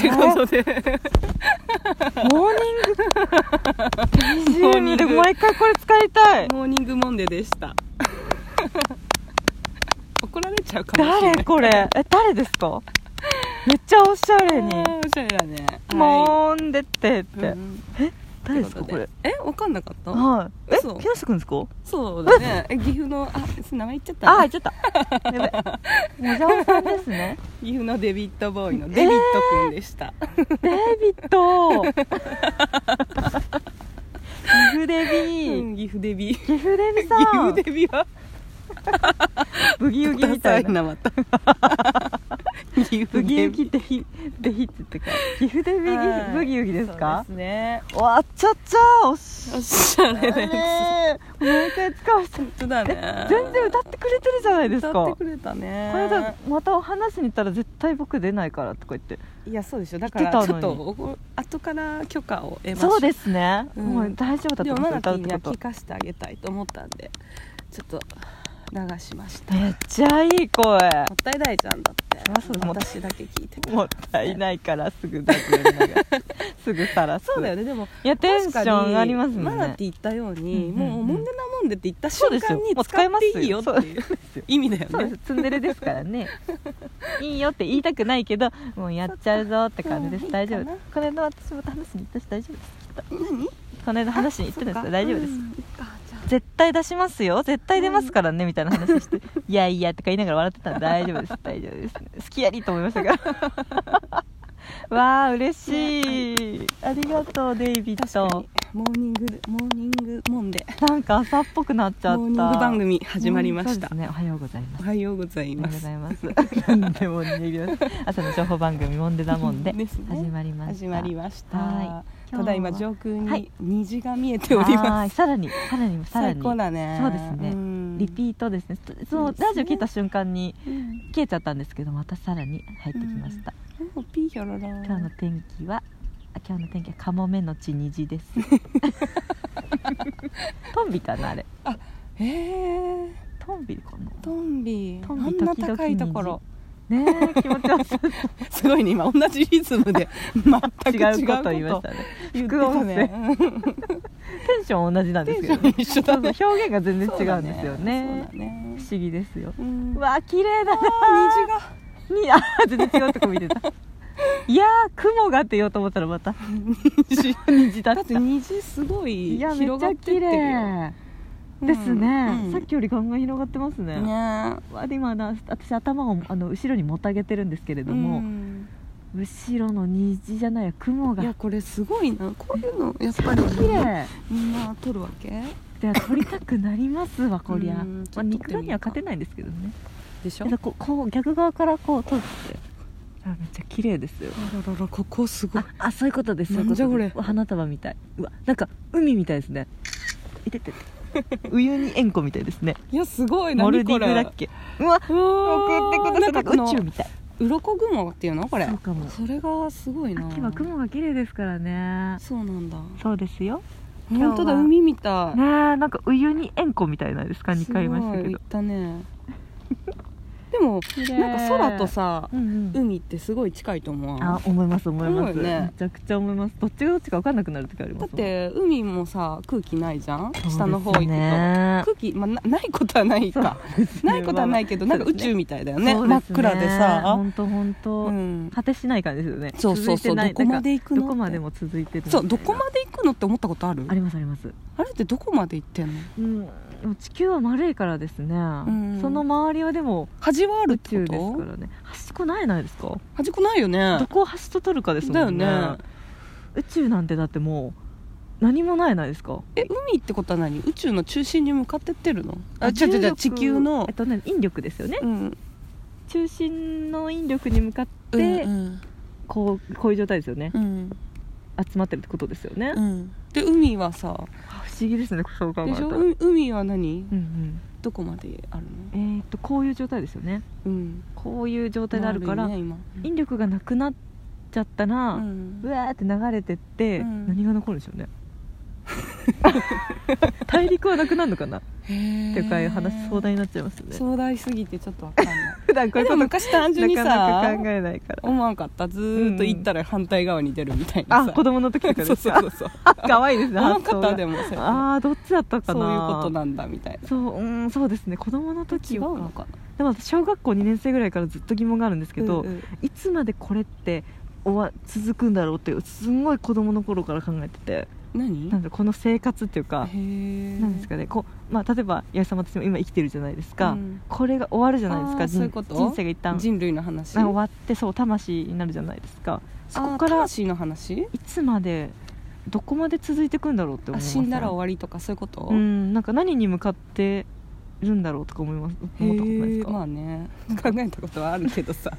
てことで、モーニングモーニング BGM で毎回これ使いたいモーニングモンデーで した。怒られちゃうかもしれない。誰これえ誰ですかめっちゃおしゃれにあーおしゃれだね。はモーンでってっいてうん誰ですかこれ。え、わかんなかったはいえそう木下くんですかそうだね。え岐阜の、あ、名前言っちゃった。あー言っちゃったやべおじゃおさんですね岐阜のデビットボーイのデビットくんでした。デビット岐阜デビうん岐阜デビ。岐岐阜デビさ阜んデビは、ブギウギみたいな、なまた。岐阜 ブギデウギビ。デヒデヒって言ってか岐阜デビはいブギウギですそうかですね。わっちゃっちゃおしおしゃれあれです。ね毎回使わせて本当だね。全然歌ってくれてるじゃないですか歌ってこくれたね。れだまたお話しに行ったら絶対僕出ないからとか言っていやそうでしょだか言ってらたちのょっにとおご後から許可を得ましたそうですね、うんもう大丈夫だでとも思マってナティ歌うーってにこはと聞かしてあげたいと思ったんでちょっと流しましたもめっちゃいい声ったいないじゃんだってあそうだ私だけ聞いてたもったいないからすぐだけ流 すすぐさらすそうだよねでもいやテンシ確かにョン上がりますもんねマナティー言ったように、うんうんうんもうもんでなもんでって言ったそう瞬です間よにもう使使っえますていいよっていうよ意味だよそうでねすツンデレですからねいいよって言いたくないけどもうやっちゃうぞって感じでうすん大丈い夫いかなこの間私も話しに行ったし大丈夫です何この間話しに行ったんですそよか大丈夫です、うんいいかじゃあ絶対出しますよ絶対出ますからね、みたいな話して 「いやいや」とか言いながら笑ってたら大丈夫です大丈夫です好きやりと思いましたから わあ嬉しい、ありがとうデイビッ確かドにモーニングモーニングもんでなんか朝っぽくなっちゃったモーニング番組始まりまそうしでたすねおはようございますおはようございおまはようごすざいます。 なんでも逃げます。朝の情報番組もんでだもんでですね始まりました。始まりました、はただいま今日は上空はいに虹が見えております、はいさらにさらにさら最に高だねそうですねんリピートですね。そそのそうですねラジオ聞いた瞬間にうん消えちゃったんですけどまたさらに入ってきました。おピーヒョロロ今日の天気はあ今日の天気はカモメの血虹 です。 トンビかなあれ。えー、トンビかな。トンビトンビあんな高いところねえ気持ち悪い。すごいね今同じリズム で全く違う違うこと言いましたね。 言って副た音声ねテンション同じなんですけど、テンション一緒だねそうそう表現が全然違うんです よそうねだね不思議ですよそうだねうんうわ綺麗だな 虹がにあ全然違うとこ 見てたいやー雲がって言おうと思ったらまた虹虹だだったって虹すごいいやめっ広ちがっゃてって綺るよ麗ですね、うんさっきよりガンガン広がってますねねわで今な私頭をあの後ろにもたげてるんですけれども、ん後ろの虹じゃないや雲いやがこれすごいなこういうのやっぱり綺麗みんな撮るわけで撮りたくなりますわこりゃ、うんちまょっあ、と撮ってみようかニクロには勝てないんですけどねでしえだこうこう逆側からこう撮ってあめっちゃ綺麗ですよあらららここすごいああそういうことですそういうなこんじゃとこれです花束みたいうわなんか海みたいですねいてててウユニ塩湖みたいですねいやすごいなモルディブだっけうわうわ送ってーなくださいなんんかかこの宇宙みたい鱗雲っていうのこれそうかもそれがすごいな秋は雲が綺麗ですからねそうなんだそうですよ今日は本当だ海みたいねえなんかウユニ塩湖みたいなんですか2すご回い言いましたけ行どった ねでも麗なんか空とさうんうん海ってすごい近いと思うあだ思います思いま思す、うよねめちゃくちゃ思いますどっちがどっちか分かんなくなる時ありますもっんて海もさ空気ないじゃんそうですね下の方行くと空気まあな ないことはないかないことはないけどなんか宇宙みたいだよねそう真っす暗でさ本当本当うん果てしない感じですよねそうそうそう続いてないどこまで行くのなんかどこまでも続いてるみたいなそうどこまで行くのって思ったことあるありますありますあれってどこまで行ってんのうんでも地球は丸いからですね、んその周りはでも端はあるっ宇て宙こですかとらね端っこないないですか、端っこないよどねこを端と取るかですもんねだよね宇宙なんてだってもう何もないないですかえ海ってことは何宇宙の中心に向かってってるのあ違う違う違重う力地球のえっとね引力ですよね、うん中心の引力に向かって、うんこうこういう状態ですよね、うん集まってるってことですよね、うんで海はさあ不思議ですねそう考えでたしょら海海は何うんどこまであるのうん、えー、っとこういう状態ですよねうんこういう状態であるから、丸いね今引力がなくなっちゃったら、ううんわーって流れてって、うん 何が残るんでしょうね 大陸はなくなるのかなってていうか話壮大になっちゃいますね壮大すぎてちょっとわかんない 普段こえういうでこもと昔単純にさなかなか考えないから思わんかったずーっと行ったら反対側に出るみたいなあさ、子供の時とかそでうすそうかそうそう可愛いですね思わんか発想ったがでもそうああどっちだったかなそういうことなんだみたいなそううんそうですね子供の時違うはのかなでも私小学校2年生ぐらいからずっと疑問があるんですけど、うんうんいつまでこれって終わ続くんだろうっていうすんごい子供の頃から考えてて何なんでこの生活っていうかへえなんですかねこう、まあ、例えば八重さんも私も今生きてるじゃないですか、うんこれが終わるじゃないですあかーそういうこと人生が一旦人類の話なんか終わってそう魂になるじゃないですかそこあからい魂の話つまでどこまで続いてくんだろうって思いあます死んだら終わりとかそういうことうんなんか何に向かってるんだろうとか思いますへー思ったことないですか、まあね 考えたことはあるけど さ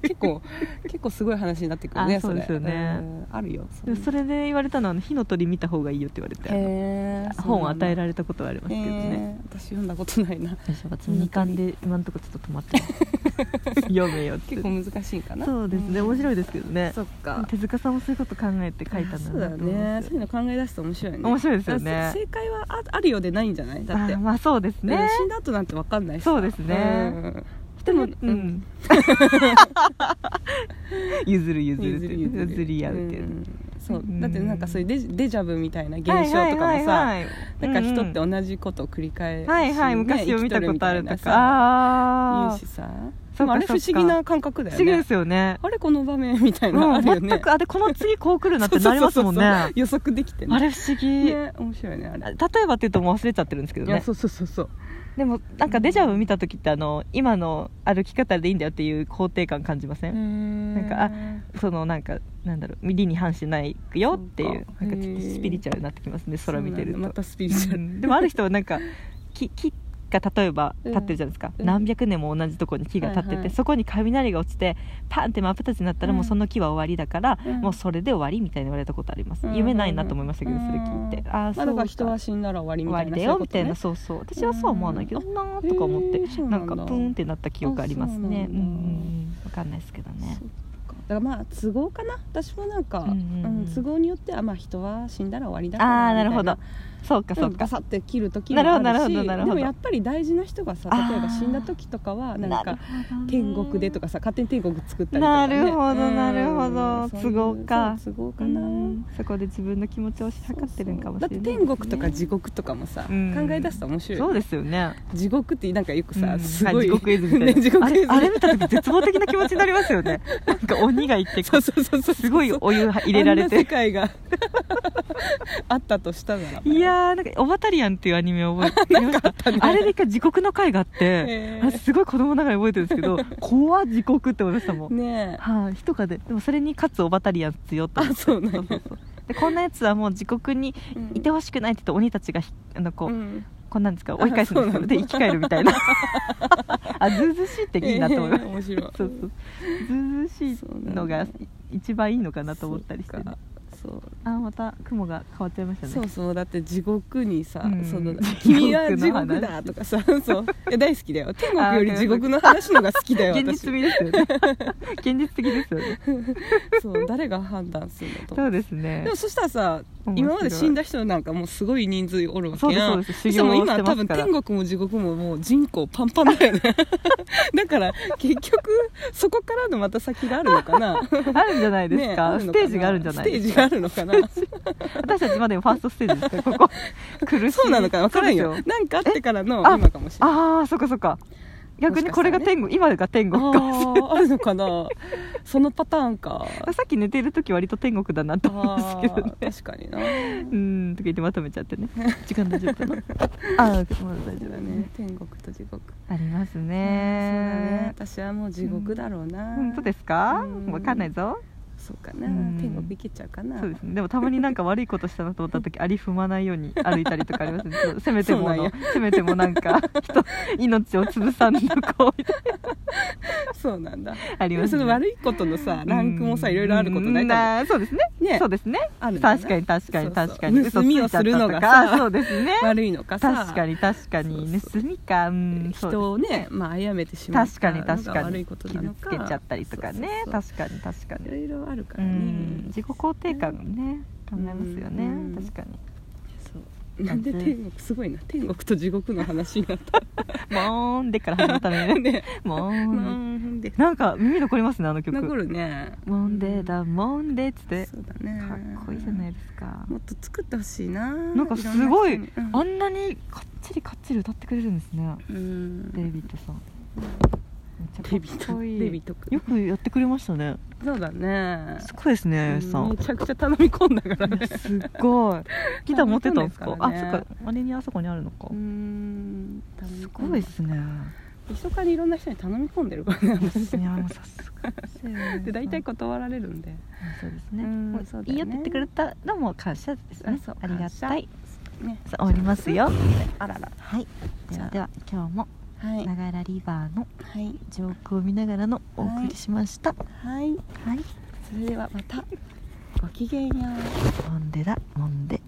結構結構すごい話になってくるねあそうですよそねれうんあるよでそれで言われたのはあの「火の鳥見た方がいいよ」って言われて、へあの本を与えられれたことはありますけどね、私読んだことないな私は2巻で今のところちょっと止まってます 読めよって結構難しいかなそうですね面白いでですけどねそっか手塚さんもそういうこと考えて書いたんだそうだなよと思いまねすそういうの考え出すと面白いね面白いですよねあせ正解はああるようでないんじゃないだってあまあそうですね、うん死んだ後なんて分かんないしさそうですねうんでもうん譲る譲るっ て譲り譲り合うっていううんそううんだってなんかそういうデジデジャブみたいな現象とかもさはいはいはいはいなんか人ってうんうん同じことを繰り返しはいはいね昔を見たことある生きとるみたいなとさか言うあーしさでそうもかあれ不そう思か議な感覚だ不よ思議でねすよねあれこの場面みたいなのうあんるよね全くあでこの次こう来るなってなりますもんねそうそうあそう予測できてねれ不思議ね面白いねあれ例えばっていうともう忘れちゃってるんですけどいねやそうそうそうそうでもなんかデジャブ見た時ってあの今の歩き方でいいんだよっていう肯定感感じません、なんかあそのなんかなんだろう理に反してないよっていうそうかなんかちょっとスピリチュアルになってきますね空見てると、またスピリチュアうルんでもある人はなんか 木木が例えばうん立ってるじゃないですか、うん何百年も同じとこに木が立ってて、はいはいそこに雷が落ちてパンって真っ二つになったらうんもうその木は終わりだから、うんもうそれで終わりみたいに言われたことあります、うん夢ないなと思いましたけど、うんそれ聞いてああまそあだうからか人は死んだら終わり終みわたいりなだそういうこよみとたいねなそうそう私はそうは思わないけどうんなーとか思ってへーそうななんんかだプーンってなった記憶ありますねあそうんうなんんだううん分かんないですけどねそっかだからまあ都合かな私もなんか、うんうんうんうん都合によってはまあ人は死んだら終わりだからああーなるほどそうかみたいなそうんうかガサって切る時もなるほどあるなるほどなしるほでどもやっぱり大事な人がさ例えあーば死んだ時とかはなんなるかほどね天国でとかさ勝手に天国作ったりとか、ね、なるほどうんなるほどそういう都合かそう都合かなうんそこで自分の気持ちを推し量ってるんかもしれない、そうそうだって天国とか地獄とかもさ、うん考え出すと面白いよそうねですよね地獄ってなんかよくさ、うんすごいあ地獄絵図みたいな、 ね地獄絵図あれあれ見た時絶望的な気持ちになりますよねなんか鬼がいてそうそうそうそうすごいお湯入れられあんな世て界が あったとしたならばいやーなんか「オバタリアン」っていうアニメを覚えてましたあ,、れで一回地獄の回があって、えあすごい子供ながら覚えてるんですけど怖っ地獄って思いましたもん、ねえはい、火とかででもそれに勝つオバタリアン強って思っあてそうなんそやうそうそうでこんなやつはもう地獄にいてほしくないって言って鬼たちがひあのこう、うんこんなんですか追い返すんであそうすけどなんでだ生き返るみた いなあずうずうしいっていいなと思います、ええ面白いそうそうずうずうしいのが一番いいのかなと思ったりして、ねそっ、かそうあまた雲が変わっちゃいましたねそうそうだって地獄にさ、うんそ の地獄の話君は地獄だとかさそういや大好きだよ天国より地獄の話のが好きだよ現私実味です よね現実的ですよねそう誰が判断するのとそ思ううですねでもそしたらさ面白い今まで死んだ人なんかもうすごい人数おるわけそうですやそんうです修しか行をもしてま今多すから分天国も地獄ももう人口パンパンだよねだから結局そこからのまた先があるのかなあるんじゃないでねすえか,、るスのテージがあるんじゃないステでーすジがあるのかなか私たちまでもファーストステージですからこ こ苦しいそうなのかな分からんよ そうですなんかあってからのあ今かもしれないああそっかそっか逆にこれが天国、今が天国かあーあるのかなそのパターンかさっき寝てる時割と天国だなと思うんですけどねあー確かになうんとか言ってまとめちゃって ね時間大丈夫かなああまだ大丈そう夫だだねね天国と地獄ありますねね私はもう地獄だろうな、本当ですかうんわかんないぞそうかな、うん天国行けちゃうかなそうですねでもたまになんか悪いことしたなと思った時アリ踏まないように歩いたりとかありますねちょっとせめてもあそうのなせめてもなんか人命を潰さんとこうみたいそうなんだなありでまもすそねの悪いことのさランクもさうんいろいろあることないかなそうですねねそうですねあるんだね確かに確かにそうそう確かに盗みをするのがささそうですねも悪いのかさ確かに確かそにうそ盗みかうんそうです人をねまあ殺めてしまっ確たかにの確がか悪いにことなの傷つかけちゃったりとかねそうそうそう確かに確かいにろいろあるかうらねん自己肯定感ね考えますよね、うん確かにそうなんで天国すごいな天国と地獄の話になったもーんでから始まったねねもうーんんでなんか耳残りますねあの曲残るねもんでだもんでっつってそうだねかっこいいじゃないですかもっと作ってほしいなななんかすごい、ああんなにかっちりかっちり歌ってくれるんですねうんデイビッドさんデめビっちゃとかっこいデビいとくよくやってくれましたねそうだねすごいですね林さうんんめちゃくちゃ頼み込んだからいやねすっごいギター持ってたんですか頼み込んあでそるっからかねあれにあそこにあるのかうん頼みす込んごだいですね密かにいろんな人に頼み込んでるから ねいやもうさすがですよねで大体断られるんでそうですね。うんもうそうだいよねいよって言ってくれたのも感謝ですね。そうありがたい。ねさあ終わりますよ。あららはい。でじゃはあでは今日もはい長良リバーのはい上空を見ながらのお送りしました。はいはい。それではまたごきげんようもんでだもんで。